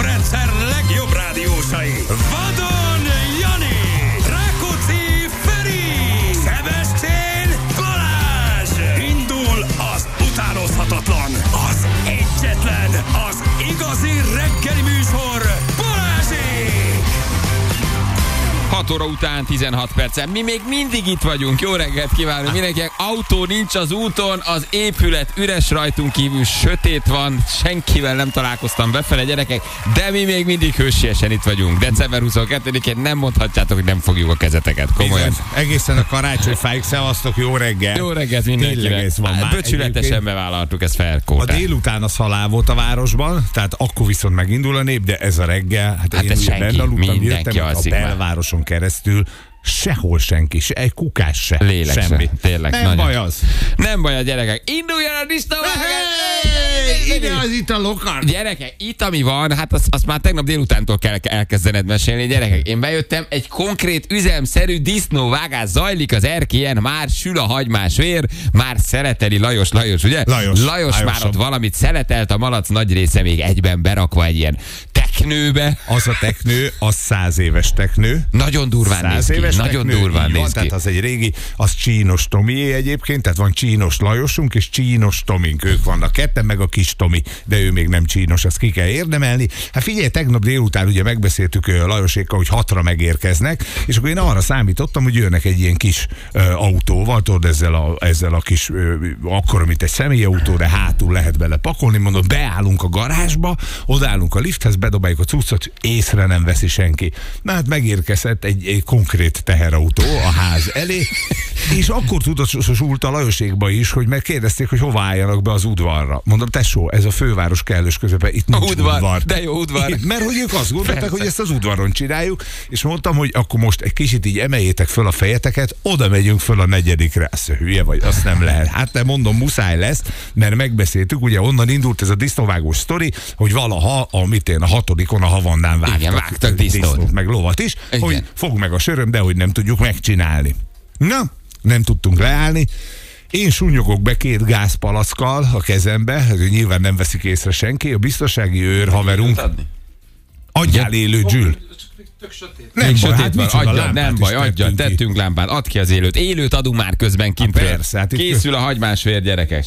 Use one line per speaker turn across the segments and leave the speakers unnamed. rendszer legjobb rádiósai. Vadon Jani, Rákóczi Feri, Szebestén Balázs. Indul az utánozhatatlan, az egyetlen, az igazi reggeli műsor Balázsék.
6 óra után 16 percen. Mi még mindig itt vagyunk. Jó reggelt kívánunk mindenkinek. Autó nincs az úton, az épület üres rajtunk kívül, sötét van, senkivel nem találkoztam befele gyerekek, de mi még mindig hősiesen itt vagyunk. December 22-én nem mondhatjátok, hogy nem fogjuk a kezeteket. Komolyan.
Bizony. Egészen a karácsonyfáig szevasztok, jó reggel.
Jó reggelt
Tényleg
mindenkinek.
ez van már.
Böcsületesen
Egyébként
bevállaltuk ezt
A
felkóta.
délután az halál volt a városban, tehát akkor viszont megindul a nép, de ez a reggel, hát,
Hát
én
ez
ugye
senki,
benne aludtam,
mindenki
jöttem a
alszik már.
belvároson keresztül, sehol senki, se, egy kukás se,
Lélek se,
semmi.
tényleg,
Nem
nagyon.
baj az.
Nem baj a gyerekek. Induljon a disznóvágás!
Ide az itt a lokar.
Gyerekek, itt ami van, hát azt, azt már tegnap délutántól kell elkezdened mesélni. Gyerekek, én bejöttem, egy konkrét üzemszerű disznóvágás zajlik az erkélyen, már sül a hagymás vér, már szereteli Lajos, Lajos, ugye?
Lajos.
Lajos már
Lajosom.
ott valamit szeretelt, a malac nagy része még egyben berakva egy ilyen teknőbe.
Az a teknő, az száz éves teknő.
Nagyon durván néz
Száz
ki,
éves
nagyon
teknő,
durván
így van,
néz ki.
Tehát az egy régi, az Csínos Tomié egyébként, tehát van Csínos Lajosunk és Csínos Tomink, ők vannak ketten, meg a kis Tomi, de ő még nem Csínos, ezt ki kell érdemelni. Hát figyelj, tegnap délután ugye megbeszéltük ö, Lajosékkal, hogy hatra megérkeznek, és akkor én arra számítottam, hogy jönnek egy ilyen kis ö, autóval, tudod, ezzel a, ezzel a kis, ö, akkor, mint egy személyautó, de hátul lehet bele pakolni, mondom, beállunk a garázsba, odállunk a lifthez, bedobáljuk a cuccot, észre nem veszi senki. Na hát megérkezett egy, egy konkrét teherautó a ház elé, és akkor tudatosult a Lajosékba is, hogy megkérdezték, hogy hova álljanak be az udvarra. Mondom, tesó, ez a főváros kellős közepén, itt nincs
Udvar,
udvar.
de jó udvar.
Itt- Mert hogy ők azt gondolták, hogy ezt az udvaron csináljuk, és mondtam, hogy akkor most egy kicsit így emeljétek föl a fejeteket, oda megyünk föl a negyedikre. Azt mondja, hülye vagy, azt nem lehet. Hát nem mondom, muszáj lesz, mert megbeszéltük, ugye onnan indult ez a disznóvágós sztori, hogy valaha, amit én a hatodikon a havannán vágtak,
Igen, vágtak disznót.
meg lovat is,
Igen.
Igen. hogy fog meg a söröm, de hogy nem tudjuk megcsinálni. Na, nem tudtunk leállni. Én sunyogok be két gázpalackkal a kezembe, nyilván nem veszik észre senki, a biztonsági őr haverunk Adjál élő Gyül. Nem
Még
baj,
sötét
hát
van,
micsoda,
adja,
lámpát
nem
is
baj, adja,
tettünk ki.
tettünk lámpát, add ki az élőt. Élőt adunk már közben kintről.
Há, persze, hát itt-
Készül a hagymásvér, gyerekek.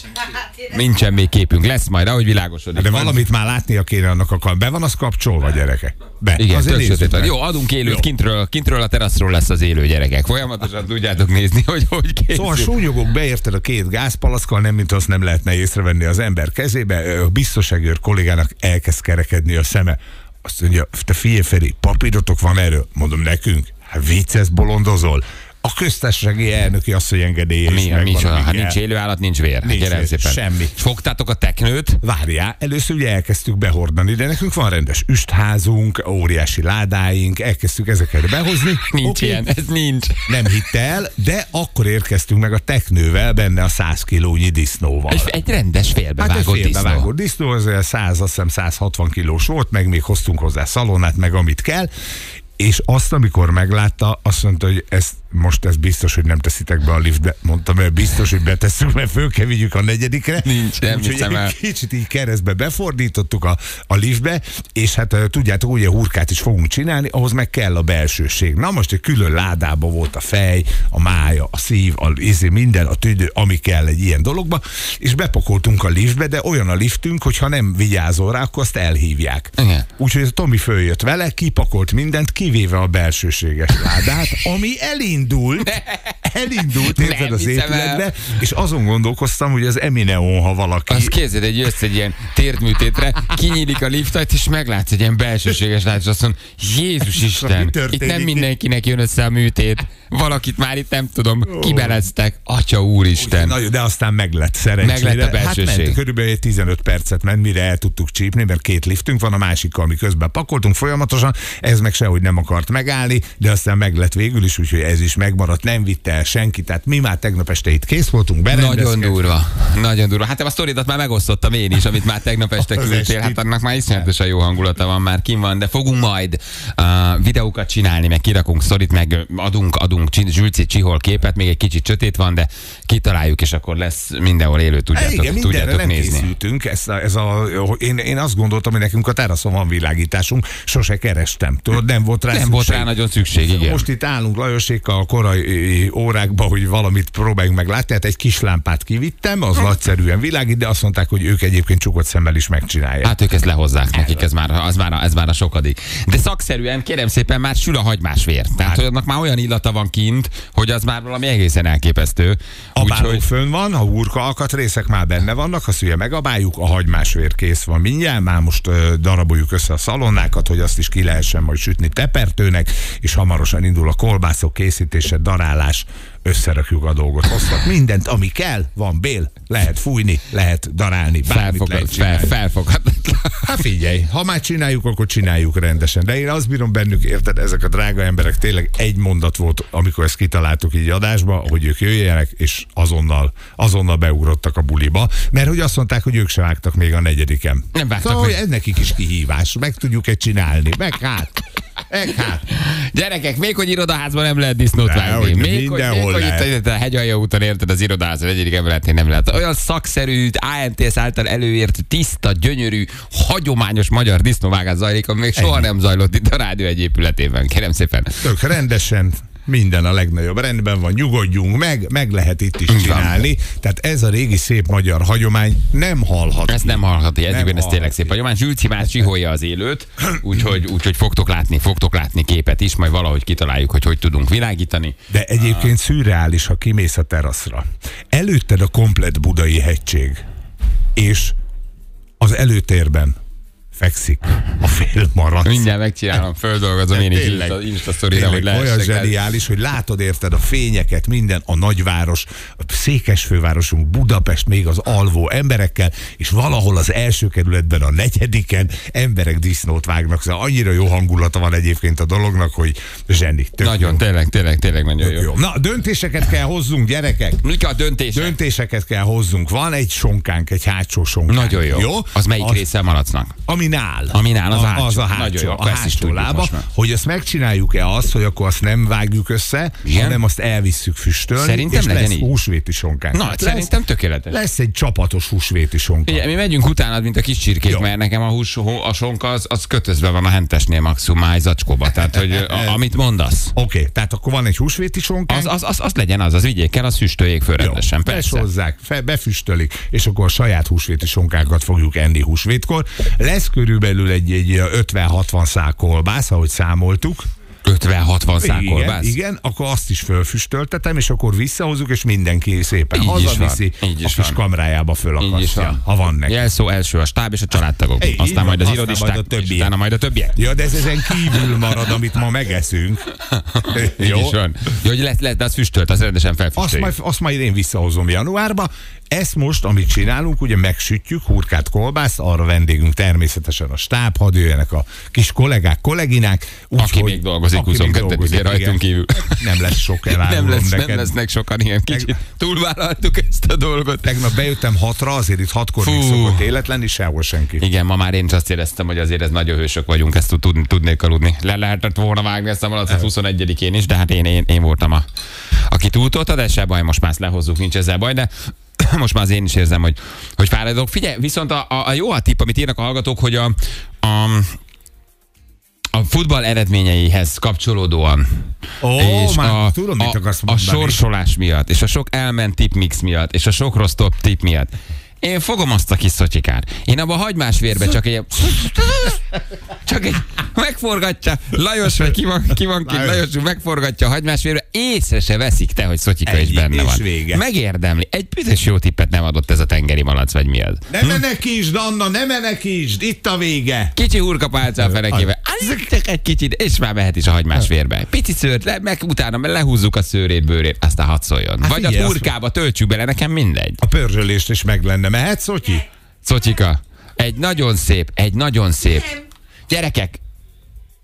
Nincsen még képünk, lesz majd, ahogy világosodik.
Hát De
Van-
valamit már látnia kéne annak a kal. Be van az kapcsolva, gyerekek? Be.
Igen,
Azért
tök
nézzük
sötét van.
meg.
Jó, adunk élőt
Jó.
kintről, kintről a teraszról lesz az élő gyerekek. Folyamatosan tudjátok nézni, hogy hogy készül.
Szóval súnyogok beérted a két gázpalackkal, nem mint azt nem lehetne észrevenni az ember kezébe, ö, a biztonságőr kollégának elkezd kerekedni a szeme. Azt mondja, te figyelj Feri, papírotok van erről? Mondom, nekünk? Hát vicces bolondozol. A köztársasági elnöki azt, hogy engedélye is
mi, mi
megvan,
is,
amíg
ha
el-
nincs élő állat, nincs vér.
Nincs
Gyere,
vér,
szépen.
semmi.
És Fogtátok a teknőt?
Várjál, először ugye elkezdtük behordani, de nekünk van rendes üstházunk, óriási ládáink, elkezdtük ezeket behozni.
Nincs
Oké,
ilyen, ez nincs.
Nem hitte el, de akkor érkeztünk meg a teknővel, benne a 100 kilónyi disznóval.
Egy, egy rendes
Hát egy
félbevágott disznó.
félbevágott disznó, az olyan 100, azt hiszem 160 kilós volt, meg még hoztunk hozzá szalonát, meg amit kell, és azt, amikor meglátta, azt mondta, hogy ezt, most ez biztos, hogy nem teszitek be a liftbe. Mondtam, hogy biztos, hogy betesszük, mert föl kell vigyük a negyedikre.
Nincs, nem
Úgyhogy
hiszem
egy
el.
Kicsit így keresztbe befordítottuk a, a liftbe, és hát ö, tudjátok, ugye hurkát is fogunk csinálni, ahhoz meg kell a belsőség. Na most egy külön ládába volt a fej, a mája, a szív, a ízi, minden, a tüdő, ami kell egy ilyen dologba, és bepakoltunk a liftbe, de olyan a liftünk, hogyha nem vigyázol rá, akkor azt elhívják.
Igen.
Úgyhogy a Tomi följött vele, kipakolt mindent, kivéve a belsőséges ládát, ami elindult, elindult, érted
Nem
az
hiszem el.
épületbe, és azon gondolkoztam, hogy az Emineon, ha valaki...
Azt képzeld, egy jössz egy ilyen térdműtétre, kinyílik a liftajt, és meglátsz egy ilyen belsőséges lát, és azt mondod, Jézus Isten, itt
szóval történik
nem
itt?
mindenkinek jön össze a műtét, valakit már itt nem tudom, kibeleztek, Atya Úristen.
Na jó, de aztán meg lett szerencsére.
Meg lett a
hát
belsőség.
ment, körülbelül egy 15 percet ment, mire el tudtuk csípni, mert két liftünk van, a másikkal mi közben pakoltunk folyamatosan, ez meg sehogy nem akart megállni, de aztán meg lett végül is, úgyhogy ez is megmaradt, nem vitte el el senki. Tehát mi már tegnap este itt kész voltunk,
Nagyon
berendezkedtünk.
durva. Nagyon durva. Hát a sztoridat már megosztottam én is, amit már tegnap este
Az
küldtél.
esti.
Hát annak már iszonyatosan jó hangulata van, már kim van, de fogunk majd uh, videókat csinálni, meg kirakunk sztorit, meg ö, adunk, adunk csin- Zsülci Csihol képet, még egy kicsit sötét van, de kitaláljuk, és akkor lesz mindenhol élő,
Hát
tudjátok,
Igen, mindenre
tudjátok
nem
nézni.
készültünk. Ez a, ez a, én, én azt gondoltam, hogy nekünk a teraszon van világításunk, sose kerestem. Tudod, nem volt rá
Nem
szükség.
volt rá nagyon szükség, igen.
Most itt állunk Lajosékkal a korai órákban, hogy valamit próbáljunk meg látni. Hát egy kis lámpát kivittem,
Hm.
az nagyszerűen világít, de azt mondták, hogy ők egyébként csukott szemmel is megcsinálják.
Hát ők ezt lehozzák nekik, ez már, az már, a- ez már a sokadik. De szakszerűen, kérem szépen, már sül a hagymás vér.
Hát.
Tehát, hogy annak már olyan illata van kint, hogy az már valami egészen elképesztő.
A báló fönn van, a hurka alkatrészek már benne vannak, ha szülje megabáljuk, a hagymásvér kész van mindjárt, már most ö, daraboljuk össze a szalonnákat, hogy azt is ki lehessen majd sütni tepertőnek, és hamarosan indul a kolbászok készítése, darálás, összerakjuk a dolgot, hoztak mindent, ami kell, van bél, lehet fújni, lehet darálni, bármit
Felfogad,
lehet
fel,
csinálni.
felfogadhatatlan.
Hát figyelj, ha már csináljuk, akkor csináljuk rendesen. De én azt bírom bennük, érted, ezek a drága emberek tényleg egy mondat volt, amikor ezt kitaláltuk így adásba, hogy ők jöjjenek, és azonnal, azonnal beugrottak a buliba, mert hogy azt mondták, hogy ők se vágtak még a negyedikem.
Nem vágtak
szóval,
még.
hogy ez nekik is kihívás, meg tudjuk-e csinálni, meg hát. Meg hát.
Gyerekek, még hogy irodaházban nem lehet disznót
De,
vágni.
hogy
Még, hogy, még
mindenhol
hogy itt
lehet.
a- a hegyalja úton érted az irodaház, az egyik emeletén nem lehet. Olyan szakszerű, AMTS által előért, tiszta, gyönyörű, hagyományos magyar disznóvágás zajlik, ami még soha
Ennyi.
nem zajlott itt a rádió egy épületében. Kérem szépen.
Tök rendesen, minden a legnagyobb rendben van, nyugodjunk meg, meg lehet itt is
van.
csinálni. Tehát ez a régi szép magyar hagyomány nem halhat.
Ezt nem hallhatja, ezügyben ez tényleg
hallhat
szép hagyomány. Zsülci már csiholja az élőt, úgyhogy, úgyhogy fogtok látni, fogtok látni képet is, majd valahogy kitaláljuk, hogy hogy tudunk világítani.
De egyébként szürreális, ha kimész a teraszra. Előtted a komplet budai hegység, és az előtérben fekszik a fél maradt.
Mindjárt megcsinálom, földolgozom én is Insta, Insta sztorira, hogy
olyan
lehessek el.
zseniális, hogy látod érted a fényeket, minden, a nagyváros, a székesfővárosunk, Budapest még az alvó emberekkel, és valahol az első kerületben, a negyediken emberek disznót vágnak. Szóval annyira jó hangulata van egyébként a dolognak, hogy zseni. Tök
Nagyon, tényleg, tényleg, tényleg nagyon
jó.
jó.
jó. Na, döntéseket kell hozzunk, gyerekek.
Mik a döntés?
Döntéseket kell hozzunk. Van egy sonkánk, egy hátsó sonkánk.
Nagyon jó.
jó?
Az melyik az... része a malacnak?
Ami nál.
Ami nál, az
A-
hátsó.
Az a hátsó,
Nagyon jó,
a
akkor ezt is
hátsó
tudjuk
lába.
most már.
Hogy ezt megcsináljuk-e azt, hogy akkor azt nem vágjuk össze,
Igen?
hanem azt elvisszük füstölni,
Szerintem
és
legyen
lesz
így.
húsvéti sonkánk.
Na, hát szerintem tökéletes.
Lesz, lesz egy csapatos húsvéti sonkánk.
Ugye, mi megyünk utánad, mint a kis csirkék,
Jó.
mert nekem a, hús, a sonka az, az kötözve van a hentesnél maximum máj zacskóba. Tehát, hogy a, amit mondasz,
Oké, okay, tehát akkor van egy húsvéti sonkánk.
az, az, az, az legyen az, az vigyék el, az süstöljék föl rendesen. Persze.
Besozzák, fe, befüstölik, és akkor a saját húsvéti sonkákat fogjuk enni húsvétkor. Lesz körülbelül egy, egy 50-60 szál kolbász, ahogy számoltuk.
50-60
igen,
szákolbász.
igen, akkor azt is fölfüstöltetem, és akkor visszahozzuk, és mindenki szépen
Így is
hazaviszi,
van, így
a
is
kis
van.
kamrájába
Így is
fölakasztja,
van.
ha van neki.
Jelszó első a stáb és a családtagok.
Így
Aztán
van,
majd az
aztán
irodisták,
majd a
és
többiek.
utána majd a többiek.
Ja, de ez ezen kívül marad, amit ma megeszünk.
Jó. Így is van. Jó, hogy lesz, lesz, de az füstölt, az rendesen
Azt
felfüstöljük.
majd, azt majd én visszahozom januárba. Ezt most, amit csinálunk, ugye megsütjük, hurkát kolbász, arra vendégünk természetesen a stáb, hadd jöjjenek a kis kollégák, kolleginák. Úgy,
Aki még dolgozik 22-én rajtunk
igen.
kívül.
Nem lesz sok
nem,
elárulom
lesz,
neked.
nem lesznek sokan ilyen kicsit. Túlvállaltuk ezt a dolgot.
Tegnap bejöttem hatra, azért itt hatkor még
Fú.
szokott élet lenni, sehol senki.
Igen, ma már én is azt éreztem, hogy azért ez nagyon hősök vagyunk, ezt tud, tud- tudnék aludni. Le lehetett volna vágni ezt a malacot 21-én is, de hát én, én, én voltam a, aki túltolta, de se baj, most már ezt lehozzuk, nincs ezzel baj, de most már az én is érzem, hogy, hogy fáradok. Figyelj, viszont a, a, a jó a tipp, amit írnak a hallgatók, hogy a, a a futball eredményeihez kapcsolódóan.
Ó, már tudom, mit akarsz
a, a
mondani.
sorsolás miatt, és a sok elment tipmix miatt, és a sok rossz top tip miatt. Én fogom azt a kis szocsikát. Én abba a hagymás vérbe csak egy... Csak egy... Megforgatja. Lajos, vagy ki van, ki van kint,
Lajos.
Lajos úr megforgatja a hagymás vérbe. Észre se veszik te, hogy szotyika is
Ennyi,
benne
és
van.
vége.
Megérdemli. Egy bizonyos jó tippet nem adott ez a tengeri malac, vagy mi az.
Ne menekítsd, Anna, ne menekítsd, itt a vége.
Kicsi hurka pálca a fenekébe. Á, Csak egy kicsit, és már mehet is a hagymás vérbe. Pici szőrt, le, meg utána lehúzzuk a szőrét, bőrét, aztán hadd szóljon. Vagy a
Hát figyelj, azt-
hurkába töltsük bele, nekem mindegy.
A pörzsölést is meg lenne. Mehetsz, Szotyi?
Szocika, egy nagyon szép, egy nagyon szép. Gyerekek,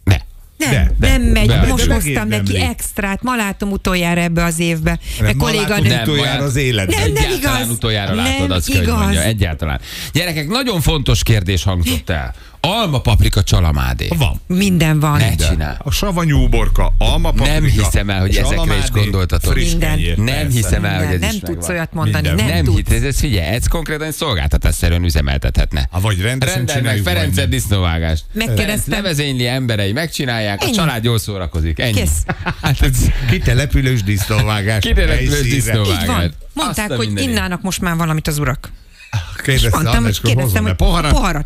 ne.
De, de,
nem megy.
De-
Most
de
hoztam
megérdemli.
neki extrát. Ma látom utoljára ebbe az évbe. Mert kolléganő.
Nem,
Utoljára
olyan-
az életben.
Nem,
Egyáltalán
igaz.
utoljára
Nem
látod, az könyv
igaz.
mondja. Egyáltalán. Gyerekek, nagyon fontos kérdés hangzott el. Alma, paprika, csalamádé.
Van.
Minden van.
Ne csinál.
A savanyú uborka, alma, paprika,
Nem hiszem el, hogy ezekre is
salamádé,
gondoltatok.
friss
Minden.
kenyér,
Nem
persze.
hiszem el, hogy
Nem,
ez
nem
is
tudsz
megvan.
olyat mondani.
Minden.
Nem,
Nem,
tudsz.
hit, ez, ez figyelj, ez konkrétan egy szolgáltatásszerűen üzemeltethetne.
Ha Ah, vagy rendesen
Rendeld meg
csináljuk
Ferencet
majdnem.
disznóvágást.
Megkérdeztem.
Ferenc levezényli emberei, megcsinálják, a
Ennyi.
család jól szórakozik. Ennyi.
Kész.
Hát ez
Kitelepülős disznóvágás.
kiderült
Helyszínre.
Így
disznóvágás.
van. Mondták, hogy innának most már valamit az urak.
Kérdezte
Mondtam,
Andráskor,
kérdeztem,
hozom-e
hogy
poharat?
poharat.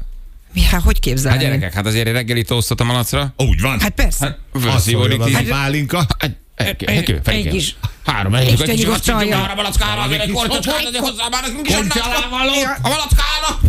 Mi, hát hogy
Hát
képzelni?
gyerekek, hát azért egy reggeli tóztot a malacra.
Úgy van.
Hát persze.
az szóljon az
Hát-
egy pálinka.
Egy, egy, egy, egy,
Egy
is.
is.
Három, egy, egy,
Isten
egy,
nyugodt
egy,
csalja.
arra malackára, azért egy
kis
kortyot
kocsát,
hozzá, hozzá már nekünk is
kortyát.
annál való. A malackára.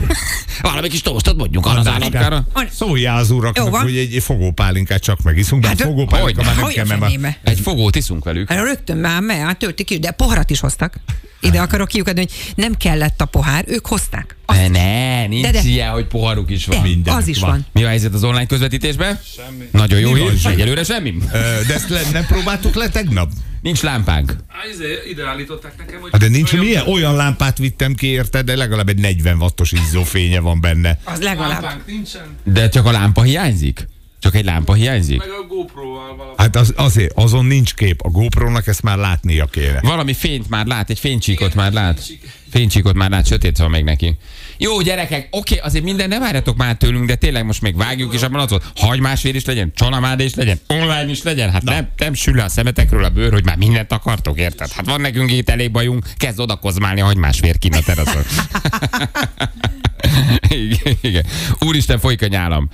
Valami kis tóztot mondjuk arra az állatkára.
Szóljál az
Jó
uraknak,
van.
hogy egy fogópálinkát csak megiszunk, de
Hát,
a fogópálinka
hogy
már nem
hogy
kell,
a
mert már-
fenébe?
Egy fogót iszunk velük.
Hát rögtön már, mert hát töltik is, de poharat is hoztak. Ide akarok kiukadni, hogy nem kellett a pohár, ők hozták. Azt
Ne, ne, nincs
De, de.
ilyen, hogy poharuk is
de,
van.
az is van.
Mi a helyzet az online közvetítésben? Semmi. Nagyon jó
Mi van,
hír.
Zsi?
Egyelőre semmi.
Ö, De ezt le- nem próbáltuk le tegnap?
Nincs lámpánk.
Á, izé, ide állították nekem, hogy...
Hát de nincs
olyan
milyen? Olyan lámpát vittem ki érte, de legalább egy 40 wattos izzófénye van benne.
Az legalább.
lámpánk nincsen,
De csak a lámpa hiányzik. Csak egy lámpa hiányzik.
meg a GoPro-val valami.
Hát az, azért, azon nincs kép. A GoPro-nak ezt már látnia kéne.
Valami fényt már lát, egy fénycsíkot
Igen,
már lát.
fénycsík.
Fénycsíkot már lát, sötét van még neki. Jó, gyerekek, oké, azért minden nem várjatok már tőlünk, de tényleg most még vágjuk is a malacot. Hagymásvér is legyen, csalamád is legyen, online is legyen. Hát nem, nem sül le a szemetekről a bőr, hogy már mindent akartok, érted? Hát van nekünk itt elég bajunk, kezd odakozmálni a hagymásvér kint a teraszon. igen, igen. Úristen, folyik a nyálam.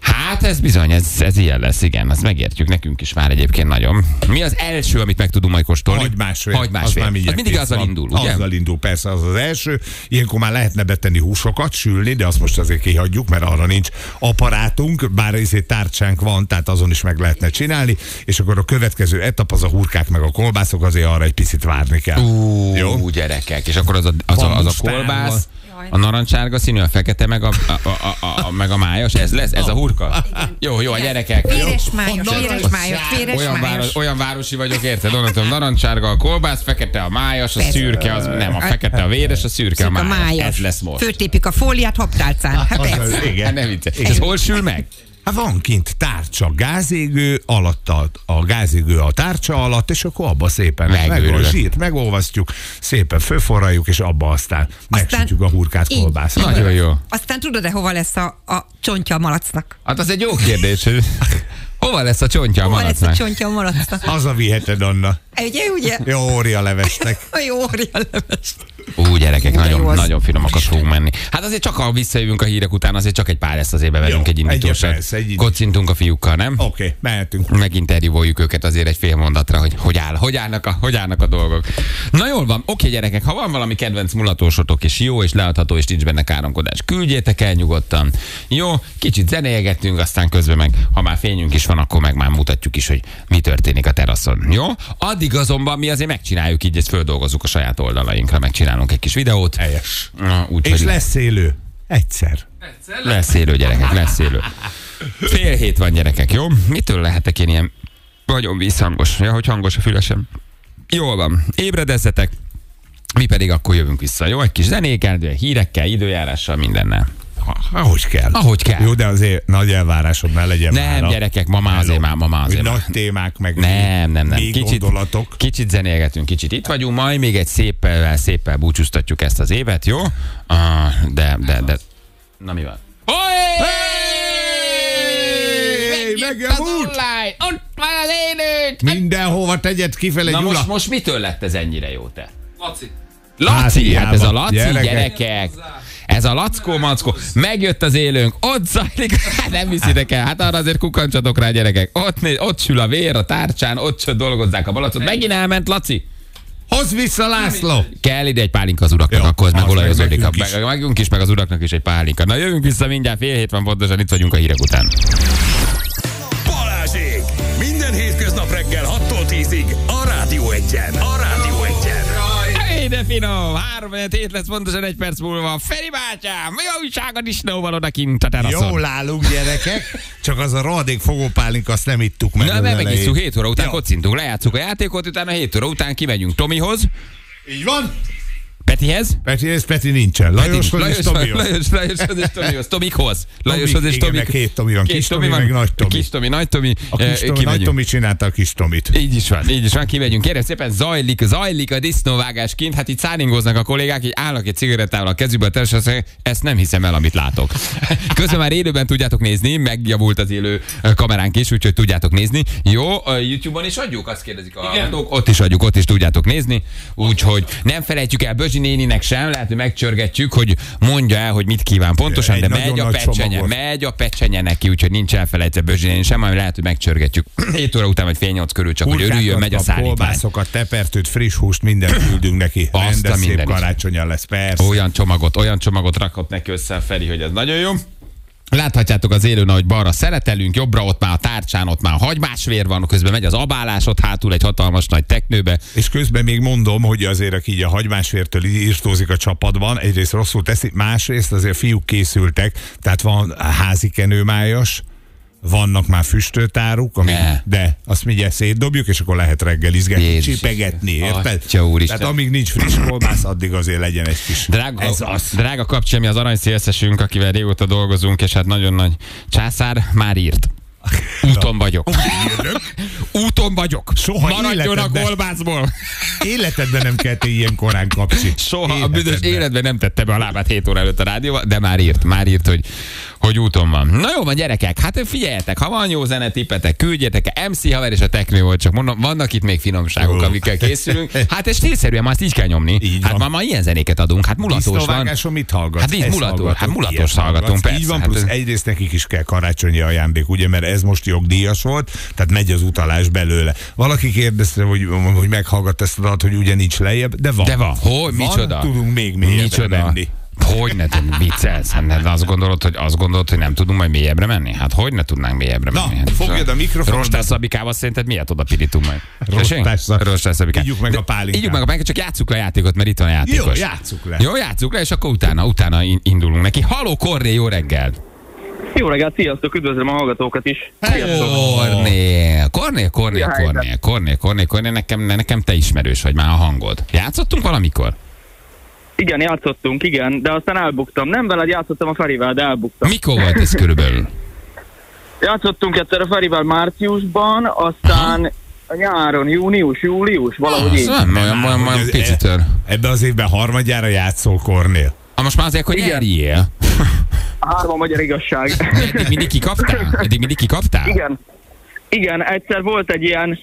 Hát ez bizony, ez, ez ilyen lesz, igen. Azt megértjük nekünk is már egyébként nagyon. Mi az első, amit meg tudunk majd kóstolni?
Hagymásvér.
Hagymásvér. Az, az Hát mindig
kész
azzal
van.
indul, ugye?
Azzal indul, persze, az az első. Ilyenkor már lehetne betenni húsokat, sülni, de azt most azért kihagyjuk, mert arra nincs aparátunk, bár részét tárcsánk van, tehát azon is meg lehetne csinálni, és akkor a következő etap az a hurkák meg a kolbászok, azért arra egy picit várni kell.
Ú,
Jó?
gyerekek. És akkor az a, az a, az a
Bambusztárba.
kolbász,
Jaj.
a narancsárga színű, a fekete, meg a, a, a, a, a, meg a májas. Ez lesz? Ez a hurka? Jó, jó, a gyerekek.
Véres májos, véres májos, véres
Olyan, város,
májos.
olyan városi vagyok, érted? Onnantól narancsárga a kolbász, fekete a májas, a
Persze. Hát,
szürke az, nem, a fekete a véres, a szürke a
A
májas.
májas.
Ez lesz most.
Föltépik a fóliát habtálcán. Hát
Az-
persze.
Hát
igen.
nem vicce. És ez hol sül meg?
Hát van kint tárcsa, gázégő, alatt a, a gázégő a tárcsa alatt, és akkor abba szépen
Megőrülök.
megol, zsírt megolvasztjuk, szépen fölforraljuk, és abba aztán, megsütjük a hurkát
Így.
kolbászra.
Nagyon jó.
Aztán tudod-e, hova lesz a, a csontja a malacnak?
Hát az egy jó kérdés. hogy Hova lesz a csontja a
Hova lesz a
malacnak?
csontja a malacnak?
Hazaviheted, Anna.
Ugye, ugye?
Jó, ória levesnek.
A jó orjalevest.
Ú, gyerekek,
Ú, de
nagyon,
jó az.
nagyon finomakat fogunk menni. Hát azért csak, ha visszajövünk a hírek után, azért csak egy pár ezt azért beverünk
Jó,
egy indítósat.
egyet persze, egy indító.
Kocintunk a fiúkkal, nem?
Oké, okay, mehetünk.
meginterjúvoljuk őket azért egy fél mondatra, hogy hogy, áll, hogy, állnak, a, hogy állnak a dolgok. Na jól van, oké gyerekek, ha van valami kedvenc mulatósotok, és jó, és leadható, és nincs benne káromkodás, küldjétek el nyugodtan. Jó, kicsit zenégetünk, aztán közben meg, ha már fényünk is van, akkor meg már mutatjuk is, hogy mi történik a teraszon. Jó? Addig azonban mi azért megcsináljuk így, ezt földolgozzuk a saját oldalainkra, megcsinálunk egy kis videót.
Helyes.
Na, úgy,
És lesz élő. Egyszer.
Egyszer le...
lesz élő, gyerekek, lesz élő. Fél hét van, gyerekek, jó? Mitől lehetek én ilyen nagyon vízhangos? Ja, hogy hangos a fülesem. Jól van, ébredezzetek, mi pedig akkor jövünk vissza, jó? Egy kis zenékkel, hírekkel, időjárással, mindennel.
Ha- Ahogy kell.
Ahogy kell.
Jó, de azért nagy elvárásod ne legyen
Nem,
már a-
gyerekek, ma már azért már, ma már azért már.
Nagy témák, meg
Nem, nem, nem.
Még
Kicsit,
gondolatok.
kicsit zenélgetünk, kicsit itt vagyunk, majd még egy széppel, széppel búcsúztatjuk ezt az évet, jó? Ah, de, de, de. Na mi van?
Hey! Megjön
az
út!
online! Ott van az élőt!
Mindenhova tegyed kifele,
Na
Gyula.
most, most mitől lett ez ennyire jó te?
Laci.
Laci, hát ez a Laci,
Gyerekek.
gyerekek. Ez a lackó mackó. Megjött az élőnk, ott zajlik, Hát nem viszitek el. Hát arra azért kukancsatok rá, gyerekek. Ott, né- ott sül a vér a tárcsán, ott csak dolgozzák a balacot. Megint elment Laci.
Hozd vissza, László!
Kell ide egy pálinka az uraknak,
Jó,
akkor ez meg
az meg
olajozódik.
nekünk
Meg-
is.
meg- Megünk is, meg az uraknak is egy pálinka. Na jövünk vissza mindjárt, fél hét van pontosan, itt vagyunk a hírek után.
Balázsék! Minden hétköznap reggel 6-tól 10-ig a Rádió Egyen. A Rádió Egyen.
Éde finom! Három tét lesz pontosan egy perc múlva. Feri bátyám, mi a újság a disnóval odakint a teraszon?
Jól állunk, gyerekek, csak az a rohadék fogópálink, azt nem ittuk meg.
Na,
az
mert megisszuk
elején.
7 óra után,
Jó.
kocintunk, lejátszuk a játékot, utána 7 óra után kimegyünk Tomihoz,
Így van?
Petihez,
Peti, ez Peti nincsen. Lajoshoz és Tomihoz.
Lajos, Lajoshoz és Tomihoz. Tomikhoz. Lajoshoz és
igen,
Tomik.
meg két Tomi van. Kis Tomi meg nagy Tomi.
Kis Tomi, nagy Tomi.
A kis
Eh,
Tomi, nagy
kimegyünk.
Tomi csinálta a kis Tomit.
Így is van, így is van, kimegyünk. Kérem szépen, zajlik, zajlik a disznóvágás kint. Hát itt szállingoznak a kollégák, így állnak egy cigarettával a kezükbe, a teres, azt mondja, ezt nem hiszem el, amit látok. Közben már élőben tudjátok nézni, megjavult az élő ö, kameránk is, úgyhogy tudjátok nézni. Jó, a YouTube-on is adjuk, azt kérdezik a hallgatók. Ott is adjuk, ott is tudjátok nézni. Úgyhogy nem felejtjük el Bözsi néninek sem, lehet, hogy megcsörgetjük, hogy mondja el, hogy mit kíván pontosan,
Egy
de
nagyon
megy a
nagy
pecsenye,
csomagot.
megy a pecsenye neki, úgyhogy nincs elfelejtve Bözsi néni sem, ami lehet, hogy megcsörgetjük. 7 óra után vagy fél 8 körül csak hogy örüljön, megy a szállítmány.
Kolbászokat, tepertőt, friss húst, mindent küldünk neki.
a
Rendes szép
mindenit.
karácsonyan lesz, persze.
Olyan csomagot, olyan csomagot rakhat neki össze a Feri, hogy ez nagyon jó. Láthatjátok az élőn, hogy balra szeretelünk, jobbra ott már a tárcsán, ott már a hagymásvér van, közben megy az abálás, ott hátul egy hatalmas nagy teknőbe.
És közben még mondom, hogy azért, aki így a hagymásvértől így írtózik a csapatban, egyrészt rosszul teszi, másrészt azért fiúk készültek, tehát van házi kenőmájas, vannak már füstőtáruk, ami,
Ne.
de azt mindjárt szétdobjuk, és akkor lehet reggelizgetni,
Jézus.
csipegetni, érted?
Atya úristen.
Tehát amíg nincs friss kolbász, addig azért legyen egy kis.
Drága,
Ez az.
drága kapcsolja, mi az aranyszélszesünk, akivel régóta dolgozunk, és hát nagyon nagy császár, már írt. Úton vagyok. Úton vagyok.
Soha
Maradjon a
életedben.
kolbászból.
Életedben nem kell te ilyen korán kapcsi.
Soha a büdös
Életedben.
életben nem tette be a lábát 7 óra előtt a rádióba, de már írt, már írt, hogy, hogy úton van. Na jó van, gyerekek, hát figyeljetek, ha van jó zene, tippetek, küldjetek, MC haver és a teknő volt, csak mondom, vannak itt még finomságok,
Ó.
amikkel készülünk. Hát és tényszerűen már ezt így kell nyomni.
Így
hát
van.
ma, ma ilyen zenéket adunk, hát mulatos van.
Disznóvágáson mit hallgat?
Hát így mulatos, hát mulatos hallgatunk, persze,
Így van,
hát
plusz
ez-
egyrészt nekik is kell karácsonyi ajándék, ugye, mert ez most jogdíjas volt, tehát megy az utalás belőle. Valaki kérdezte, hogy, hogy meghallgat ezt a dalt, hogy ugye nincs lejjebb, de van.
De van, hogy
Van,
micsoda?
tudunk még mélyebbre menni.
Hogy ne tudunk, viccelsz? Hát ne, azt gondolod, hogy azt gondolod, hogy nem tudunk majd mélyebbre menni? Hát hogy ne tudnánk mélyebbre
Na,
menni? Hát,
fogjad a mikrofont.
Rostás Szabikával szerinted miért oda pirítunk majd?
Rostás
Tessék?
Szab-
Rostás Szabikával.
Ígyjuk meg
De-
a pálinkát.
Ígyjuk meg a pálinkát, csak játsszuk le a játékot, mert itt van a játékos.
Jó, játsszuk le.
Jó, játsszuk le, és akkor utána, utána in- indulunk neki. Haló, Korné, jó reggel!
Jó reggelt, sziasztok, üdvözlöm a hallgatókat is.
Korné, Korné, Korné, Korné, Korné, Korné, Korné, nekem, nekem te ismerős vagy már a hangod. Játszottunk valamikor?
Igen, játszottunk, igen, de aztán elbuktam. Nem veled játszottam a Ferivel, de elbuktam.
Mikor volt ez körülbelül?
Játszottunk egyszer a Ferivel márciusban, aztán a nyáron, június, július, valahogy
Az
így.
nem, olyan, olyan,
Hogy
olyan
ez-
picit.
e-
olyan.
Ebben az évben harmadjára játszol, Kornél.
Ah, most már azért, hogy
Igen.
nyerjél.
A három a magyar igazság.
Eddig mindig kikaptál? Eddig mindig kikaptál?
igen. Igen, egyszer volt egy ilyen...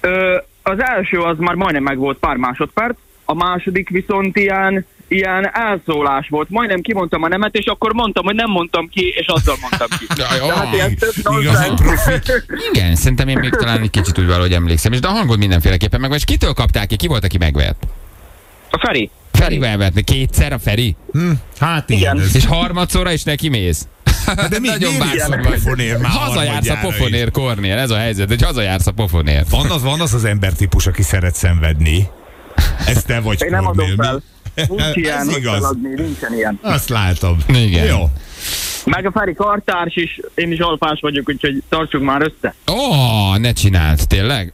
Ö, az első az már majdnem meg volt pár másodperc, a második viszont ilyen, ilyen elszólás volt. Majdnem kimondtam a nemet, és akkor mondtam, hogy nem mondtam ki, és azzal mondtam ki.
Jaj,
Tehát ilyen
jaj.
tök
Igazi
nonsens.
profi.
Igen, szerintem én még talán egy kicsit úgy valahogy emlékszem. És de a hangod mindenféleképpen megvan. És kitől kapták ki? Ki volt, aki megvert?
A Feri?
Feri megvert. Kétszer a Feri?
Hát igen.
És harmadszorra is neki mész?
Hát De mi,
Nagyon
miért
bátor
jársz a
vagy.
pofonért már
Hazajársz a
harmadjára is?
pofonér, Kornél. Ez a helyzet, hogy hazajársz a pofonér.
Van az, van az az embertípus, aki szeret szenvedni. Ez te vagy,
Én nem adom
Kornél, mi?
fel. Nincs ilyen,
Ez
hogy
igaz.
feladni, nincsen ilyen.
Azt látom.
Igen.
Jó.
Meg a Feri kartárs is, én is alpás vagyok, úgyhogy tartsuk már össze.
Ó, ne csináld, tényleg?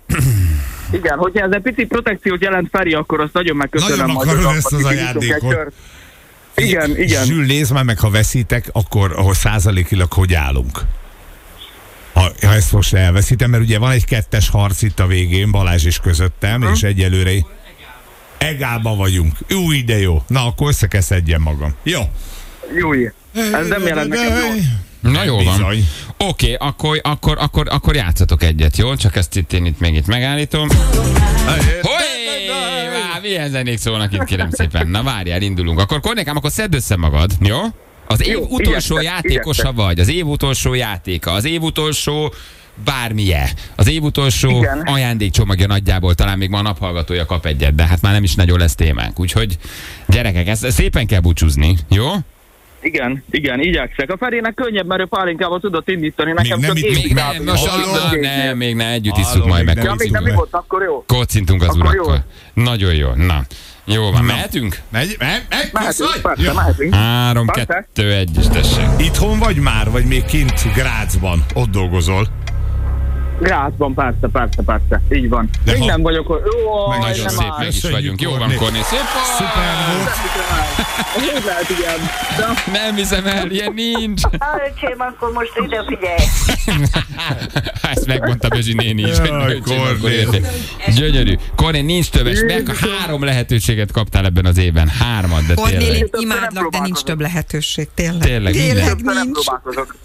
Igen, hogyha ez egy pici protekciót jelent Feri, akkor azt nagyon megköszönöm.
Nagyon
majd
akarod
odaadva,
ezt az
hogy kinyitunk egy
ajándékot.
kört. Igen, igen.
Zsül, nézd már meg, ha veszitek, akkor ahol százalékilag hogy állunk? Ha, ha ezt most elveszítem, mert ugye van egy kettes harc itt a végén, Balázs is közöttem, és egyelőre egába vagyunk. Új, de jó. Na, akkor összekeszedjem magam. Jó.
Júj. Ez nem jelent nekem jól.
Na jó van.
Bizony.
Oké, akkor, akkor, akkor, akkor játszatok egyet, jó? Csak ezt itt én itt még itt megállítom. Hoé! Vá, Milyen zenék szólnak itt, kérem szépen. Na várjál, indulunk. Akkor kornékám, akkor szedd össze magad, jó? Az év
Jó,
utolsó
igyekszem,
játékosa
igyekszem.
vagy, az év utolsó játéka, az év utolsó bármilyen. Az év utolsó
Igen.
ajándékcsomagja nagyjából, talán még ma a naphallgatója kap egyet, de hát már nem is nagyon lesz témánk. Úgyhogy gyerekek, ezt, ezt szépen kell búcsúzni, jó?
igen, igen, igyekszek. A Ferének könnyebb, mert ő pálinkával tudott indítani. Nekem
nem
csak
itt- még
évig
nem,
távol.
Most
Halló?
na, nem, még ne, együtt
Halló,
isszuk majd
még
meg.
nem
Ja, még
isszuk
nem
meg.
mi volt, akkor jó.
Kocintunk az
Akkor
urakkal. Nagyon jó. Na, jó van. Mehetünk?
Megy, megy, megy,
Mehetünk,
viszlaj?
persze, mehetünk.
3,
Persze.
2, 1, és tessék.
Itthon vagy már, vagy még kint Grácsban? Ott dolgozol.
Grázban, persze, persze, persze. Így van.
De
Még
ha-
nem vagyok, hogy... Jó,
Meg
Nagyon
nem
szép,
áll.
meg is
Köszönjük,
vagyunk. Jó van,
Korné.
Korné. Szép volt.
Szuper volt.
Hogy lehet, igen. De
Nem hiszem el, ilyen nincs.
Á, öcsém, akkor most ide figyelj.
Ezt megmondta Bezsi néni is. hogy
Jaj,
nagyon csinos,
Korné.
Korné. Gyönyörű. Korné, nincs többes. Meg három lehetőséget kaptál ebben az évben. Hármat, de
Kornél,
tényleg.
én
Tényleg.
imádlak, de nincs több lehetőség, tényleg.
Tényleg,
tényleg
de nem
nincs.
próbálkozok.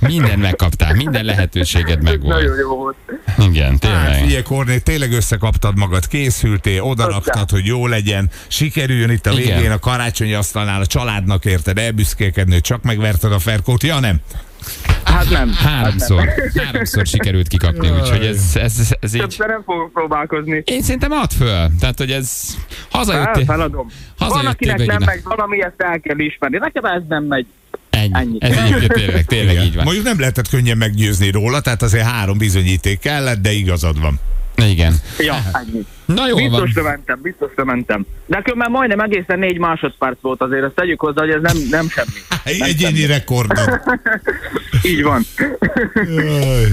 Minden megkaptál. Minden lehetőséged
Nagyon
megvolt.
jó volt.
Igen,
Hát,
tényleg.
figyelj, Korné, tényleg összekaptad magad, készültél, odaraktad, hogy jó legyen, sikerüljön itt a
Igen.
végén a karácsonyi asztalnál, a családnak érted, elbüszkélkedni, hogy csak megverted a Ferkót, ja nem?
Hát nem.
Háromszor,
Hát
háromszor sikerült kikapni, úgyhogy ez, ez, ez így...
Többször nem fogok próbálkozni.
Én szerintem add föl. Tehát, hogy ez...
El,
Hazajöttél.
feladom.
Hazajöttél
Van, akinek nem
Begina.
megy, valami ezt el kell ismerni. Nekem ez nem megy.
Ennyi.
Ennyi.
Ez egyébként tényleg, tényleg így van.
Mondjuk nem lehetett könnyen meggyőzni róla, tehát azért három bizonyíték kellett, de igazad van.
Igen.
Ja,
Hát.
ennyi.
Na jól van.
Biztosra mentem, biztosra mentem. De különben majdnem egészen négy másodperc volt azért, ezt tegyük hozzá, hogy ez nem, nem semmi.
Egy- Egyéni rekordod.
Így van.
Jaj.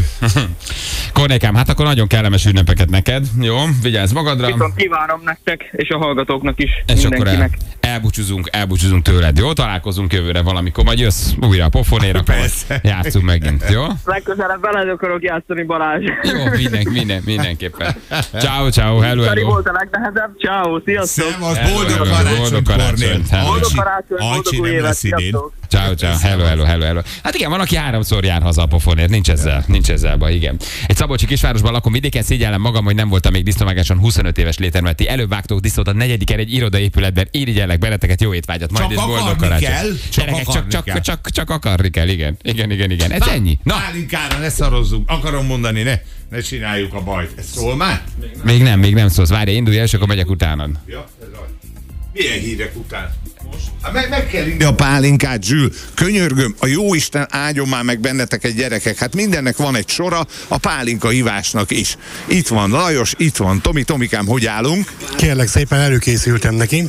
Kornékám, hát akkor nagyon kellemes ünnepeket neked, jó? Vigyázz magadra.
Viszont kívánom nektek, és a hallgatóknak is,
és akkor el,
mindenkinek.
elbúcsúzunk, elbúcsúzunk tőled, jó? Találkozunk jövőre valamikor, majd jössz újra a pofonér, akkor
Persze.
játszunk megint, jó?
Legközelebb veled akarok játszani, Balázs.
Jó, minden, minden, mindenképpen. Ciao, ciao, hello,
Szeri
hello.
volt a legnehezebb. Ciao, sziasztok!
Szevasz,
Hello,
boldog
hello, boldog
karácsony, Kornél.
karácsonyt, hello.
Boldog
Ajcsi,
karácsony, boldog
Ajcsi
új
nem
évet,
lesz idén.
sziasztok!
Ciao, ciao, hello, hello, hello, hello. Hát igen, van, aki háromszor jár haza a pofonért, nincs ezzel, nincs ezzel baj, igen. Egy szabolcsi kisvárosban lakom vidéken szégyellem magam, hogy nem voltam még disznóvágáson 25 éves létermeleti. Előbb vágtok disznót a negyediken egy irodaépületben, irigyellek benneteket, jó étvágyat, majd
Csak
és boldog
akarni
karácsony.
kell, csak
Gyerekek, csak,
akarni
csak,
kell.
csak, csak akarni kell, igen. Igen, igen, igen. Ez Hát ennyi. Na,
Pálinkára ne szarozzunk, akarom mondani, ne, ne csináljuk a bajt. Ez szól már?
még nem, még nem szólsz. Várj, indulj el, és akkor megyek utánad.
Ja, ez az. Milyen hírek után? Most? Hát meg, meg kell inni a pálinkát, Zsül. Könyörgöm, a jó Isten áldjon már meg benneteket, gyerekek. Hát mindennek van egy sora, a pálinka hívásnak is. Itt van Lajos, itt van Tomi. Tomikám, hogy állunk?
Kérlek szépen előkészültem neki.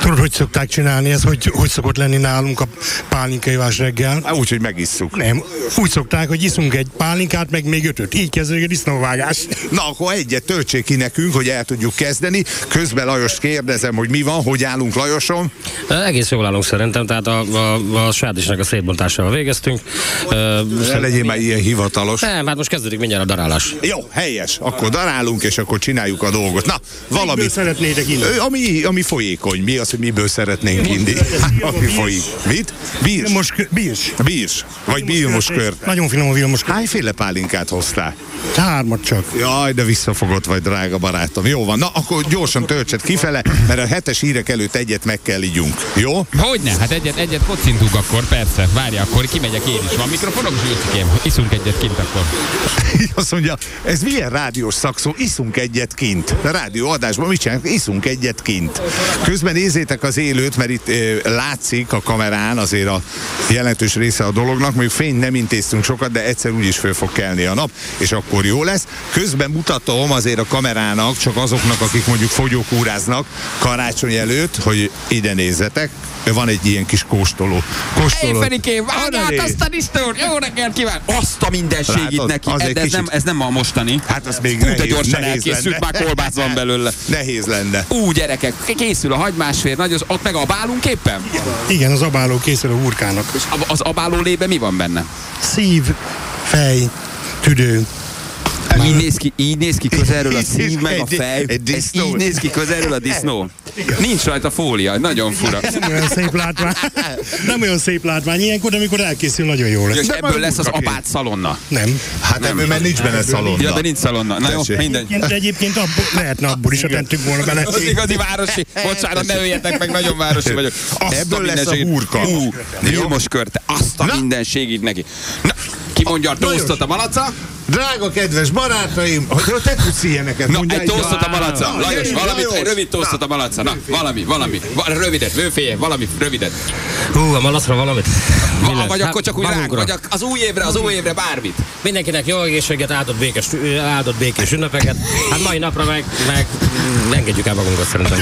Tudod, hogy szokták csinálni ez, hogy, hogy szokott lenni nálunk a pálinkaivás reggel?
Hát úgy, hogy megisszuk.
Nem, úgy szokták, hogy iszunk egy pálinkát, meg még ötöt. Így kezdődik a disznóvágás.
Na, akkor egyet töltsék ki nekünk, hogy el tudjuk kezdeni. Közben Lajost kérdezem, hogy mi van, hogy állunk Lajosom.
Egész jól állunk szerintem, tehát a, a, a sádisnak a szétbontásával végeztünk. Ö,
Ne legyél már ilyen hivatalos.
nem, hát most kezdődik mindjárt a darálás.
Jó, helyes. Akkor darálunk, és akkor csináljuk a dolgot. Na, valami.
Miből szeretnétek inni?
Ö, Ami, ami folyékony. Mi az, hogy miből szeretnénk inni? Ami folyik. Mit? Bírs.
Most kö- bírs.
Bírs. Vagy bírmoskör.
Nagyon finom a vilmoskör.
Hányféle pálinkát hoztál?
Hármat csak.
Jaj, de visszafogott vagy, drága barátom. Jó van, na akkor gyorsan töltsed kifele, mert a hetes hírek előtt egyet meg kell ígyunk. Jó?
Hogyne? Hát egyet, egyet kocintunk akkor, persze. Várj, akkor kimegyek én is. Van mikrofonok, Zsülcikém? Iszunk egyet kint akkor.
Azt mondja, ez milyen rádiós szakszó? Iszunk egyet kint. A Rádió adásban mit csinálunk? Iszunk egyet kint. Közben nézzétek az élőt, mert itt ö, látszik a kamerán azért a jelentős része a dolognak. Még fény nem intéztünk sokat, de egyszer úgyis föl fog kelni a nap, és akkor jó lesz. Közben mutatom azért a kamerának, csak azoknak, akik mondjuk fogyókúráznak karácsony előtt, hogy ide nézzetek. Van egy ilyen kis kóstoló.
Hey,
Kóstoló.
Fenikém, vágd
Oda
át
nézz!
azt a disznót! Jó reggelt kíván! Hát Azt a mindenségit
Látod,
neki!
az
Ez,
egy
ez,
kicsit-
nem, ez nem a mostani.
Hát az még
Fú, de
nehéz,
gyorsan
nehéz
elkészült,
lenne.
már kolbász van belőle.
Nehéz lenne.
Ú, gyerekek, készül a hagymásfér, nagy, az, ott meg a bálunk éppen?
Igen, az abáló készül a hurkának.
És ab- az abáló lébe mi van benne?
Szív, fej, tüdő.
Így néz ki, így néz ki közelről a
Így néz
szív,
ki
meg a
egy-
fej.
egy
Ez
disznó.
így néz ki közelről a disznó. Nincs rajta fólia, nagyon fura.
Nem olyan szép látvány. Nem olyan szép látvány ilyenkor, de amikor elkészül, nagyon jó lesz.
És ebből
már
lesz az
hurkaként.
apád szalonna.
Nem.
Hát nem, mert nincs benne szalonna.
Ja, de nincs szalonna. Na jó,
Tessék.
mindegy.
De egyébként abból, lehetne abból is, ha tettük volna bele.
Az igazi városi, bocsánat, ne öljetek meg, nagyon városi vagyok. Azt
Ebből lesz a
mindenségét-
hurka.
Hú, vilmos körte, azt a
Na.
mindenségét neki. Na, ki mondja a
Lajos.
tosztot a malaca?
Drága kedves barátaim, hogy te tudsz ilyeneket
Na,
mondjál,
egy tosztot a malacca.
Na,
Lajos,
jöjjön,
valamit,
Lajos.
egy rövid tosztot a malacca. Na, valami, valami. Va- Rövidet, vőféje, valami rövidet.
Hú, a malacra valamit. Mi
Va-
lesz?
Vagy
Hát,
akkor csak úgy ránk,
magunkra.
vagy ak- az új évre, az új évre bármit.
Mindenkinek jó egészséget, áldott békés, áldott békés ünnepeket. Hát mai napra meg, meg mm, engedjük el magunkat szerintem.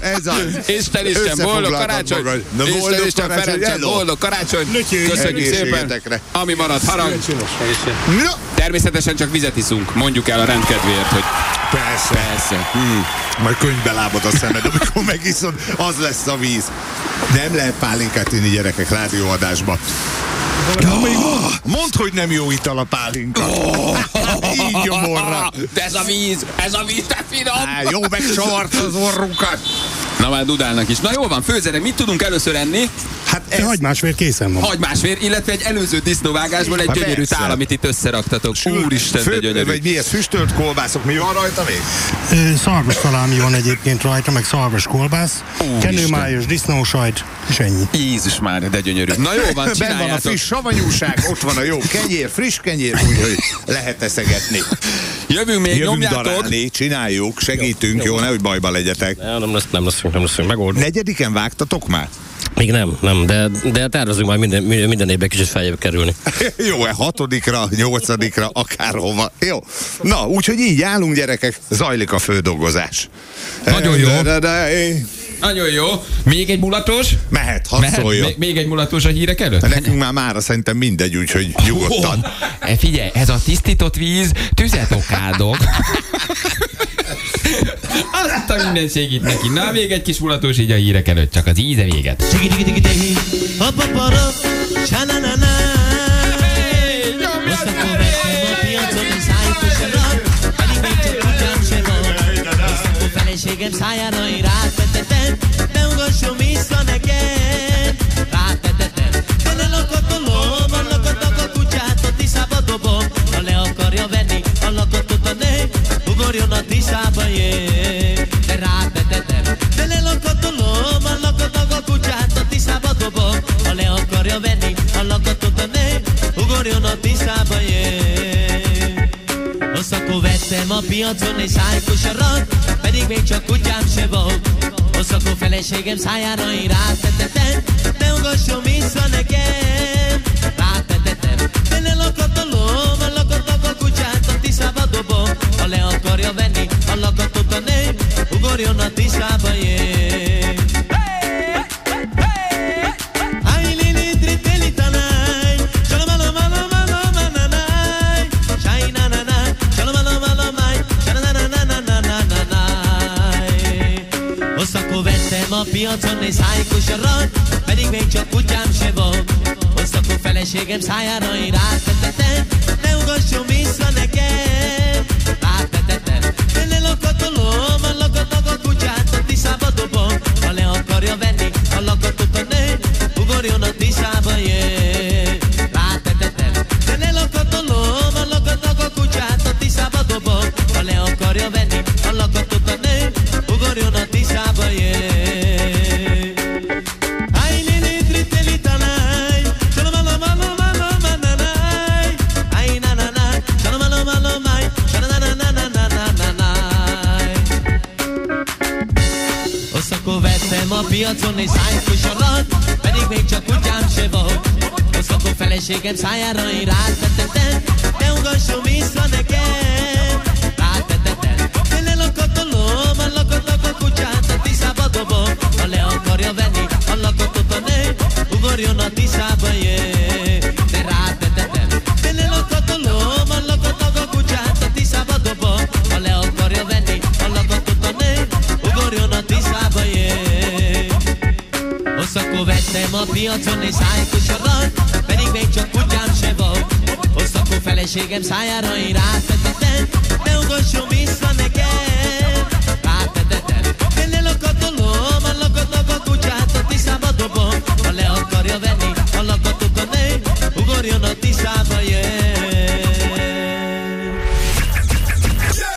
Ez az.
Isten Isten, boldog
Összefoglaltad
karácsony!
magad. Na,
Isten
boldog
Isten,
karácsony,
Ferencsen,
hello.
boldog karácsony!
Lötyék
Köszönjük szépen!
egészségetekre.
Ami marad harag,
No,
természetesen csak vizet iszunk. Mondjuk el a rendkedvéért, hogy
persze.
persze.
Majd könyvbe lábad a szemed, amikor megiszod, az lesz a víz. Nem lehet pálinkát inni gyerekek rádióadásba. Oh, mondd, hogy nem jó ital a pálinka. Oh, Így gyomorra.
De ez a víz, ez a víz, te finom!
Á, jó, megcsavart az orrunkat.
Na már dudálnak is. Na jól van, főzerek, mit tudunk először enni?
Hát
Ez...
ez
Hagymás miért készen van?
Hagymásvér, illetve egy előző disznóvágásból egy
Hát
gyönyörű
persze.
tál, amit itt összeraktatok. Úristen, de
Fő,
gyönyörű.
vagy mi ez, füstölt kolbászok, mi van rajta még?
Ö, Szarvas szalámi van egyébként rajta, meg szarvas kolbász, kenőmájos disznósajt, és ennyi.
Jézus már, de gyönyörű. Na jó van,
Ben van a
csináljátok.
friss savanyúság, ott van a jó kenyér, friss kenyér, úgyhogy lehet eszegetni.
Jövünk még,
Jövünk
nyomjátok.
darálni, csináljuk, segítünk, jó, nehogy bajba legyetek.
Nem, nem leszünk, nem leszünk, nem leszünk, megoldunk.
Negyediken vágtatok már?
Még nem, nem, de, de hát tervezünk majd minden, minden évben kicsit feljebb kerülni.
Jó, e hatodikra, nyolcadikra, akárhova. Jó. Na, úgyhogy így állunk, gyerekek, zajlik a földolgozás.
Nagyon jó.
Eredei.
Nagyon jó. Még egy mulatos?
Mehet, hadd
Mehet?
szóljon.
Még, még egy mulatos a hírek előtt?
Nekünk már mára szerintem mindegy, úgyhogy nyugodtan.
Oh, e, figyelj, ez a tisztított víz, tüzet okádok. Azt a minden segít neki. Na, még egy kis mulatos így a hírek előtt, csak az íze véget.
feleségem szájára én rátetetem, de ugasson vissza nekem. Rátetetem. Gondolok a tolom, annak adnak a kutyát, a tiszába dobom. Ha le akarja venni, annak ott a nő, ugorjon a tiszába, jé. De rátetetem. Gondolok a tolom, annak adnak a kutyát, a tiszába dobom. Ha le akarja venni, annak ott a nő, ugorjon a tiszába, jé. Rossz, akkor vettem a piacon egy szájkosarat, pedig még csak kutyám se volt. Rossz, akkor feleségem szájára én rátetetem, ne ugasson vissza nekem. Rátetetem, bele lakat a lóm, a lakatok a kutyát, a tiszába dobom. Ha le akarja venni, a lakatot a nő, ugorjon a tiszába, jé. Ay, lili, tri, teli, tanay. Shalamala, mala, mala, mananay. Shay, nananay. Shalamala, mala, may. Shananananananananay. Most akkor vettem a piacon egy szájkos arat, pedig még csak kutyám se volt. Most akkor feleségem szájára én rátetetem, ne ugasson vissza nekem. Rátetetem, tele lakatolom, a lakatok a kutyát, a tiszába dobom. Ha le akarja venni, a lakatot a nő, ugorjon a tiszába, jé. Rátetetem, tele lakatolom, a lakatok a kutyát, a tiszába dobom. Ha le akarja venni, a lakatot a nő, ugorjon a tiszába, jé. Ay, lili, triteli, tanay, shalomalomalomalomananay. Ay, nananay, shalomalomalomay, shanananananananay. Azt akkor vettem a piacon egy szájkosarat, pedig még csak kutyám se volt. Azt akkor feleségem szájára én rátetettem, ne ugasson vissza nekem. Rátetettem, tele lakott a lóm, a lakotnak a kutyát, a tiszába dobom. Ha le akarja venni, a lakotot a nő, ugorjon a tiszába, jé. De rátetettem, tele lakott a lóm, a lakotnak a kutyát, a tiszába dobom. Ha le akarja venni, a lakotot a nő, ugorjon a tiszába, jé. Azt akkor vettem a piacon egy szájkosarat, pedig még csak kutyám se volt. Azt akkor feleségem szájára én rátetetem, ne ugasson vissza nekem. Rátetetem, tele lakatolom, a lakatnak a kutyát, a tiszába dobom. Ha le akarja venni, a lakatot a nő, ugorjon a tiszába, jé.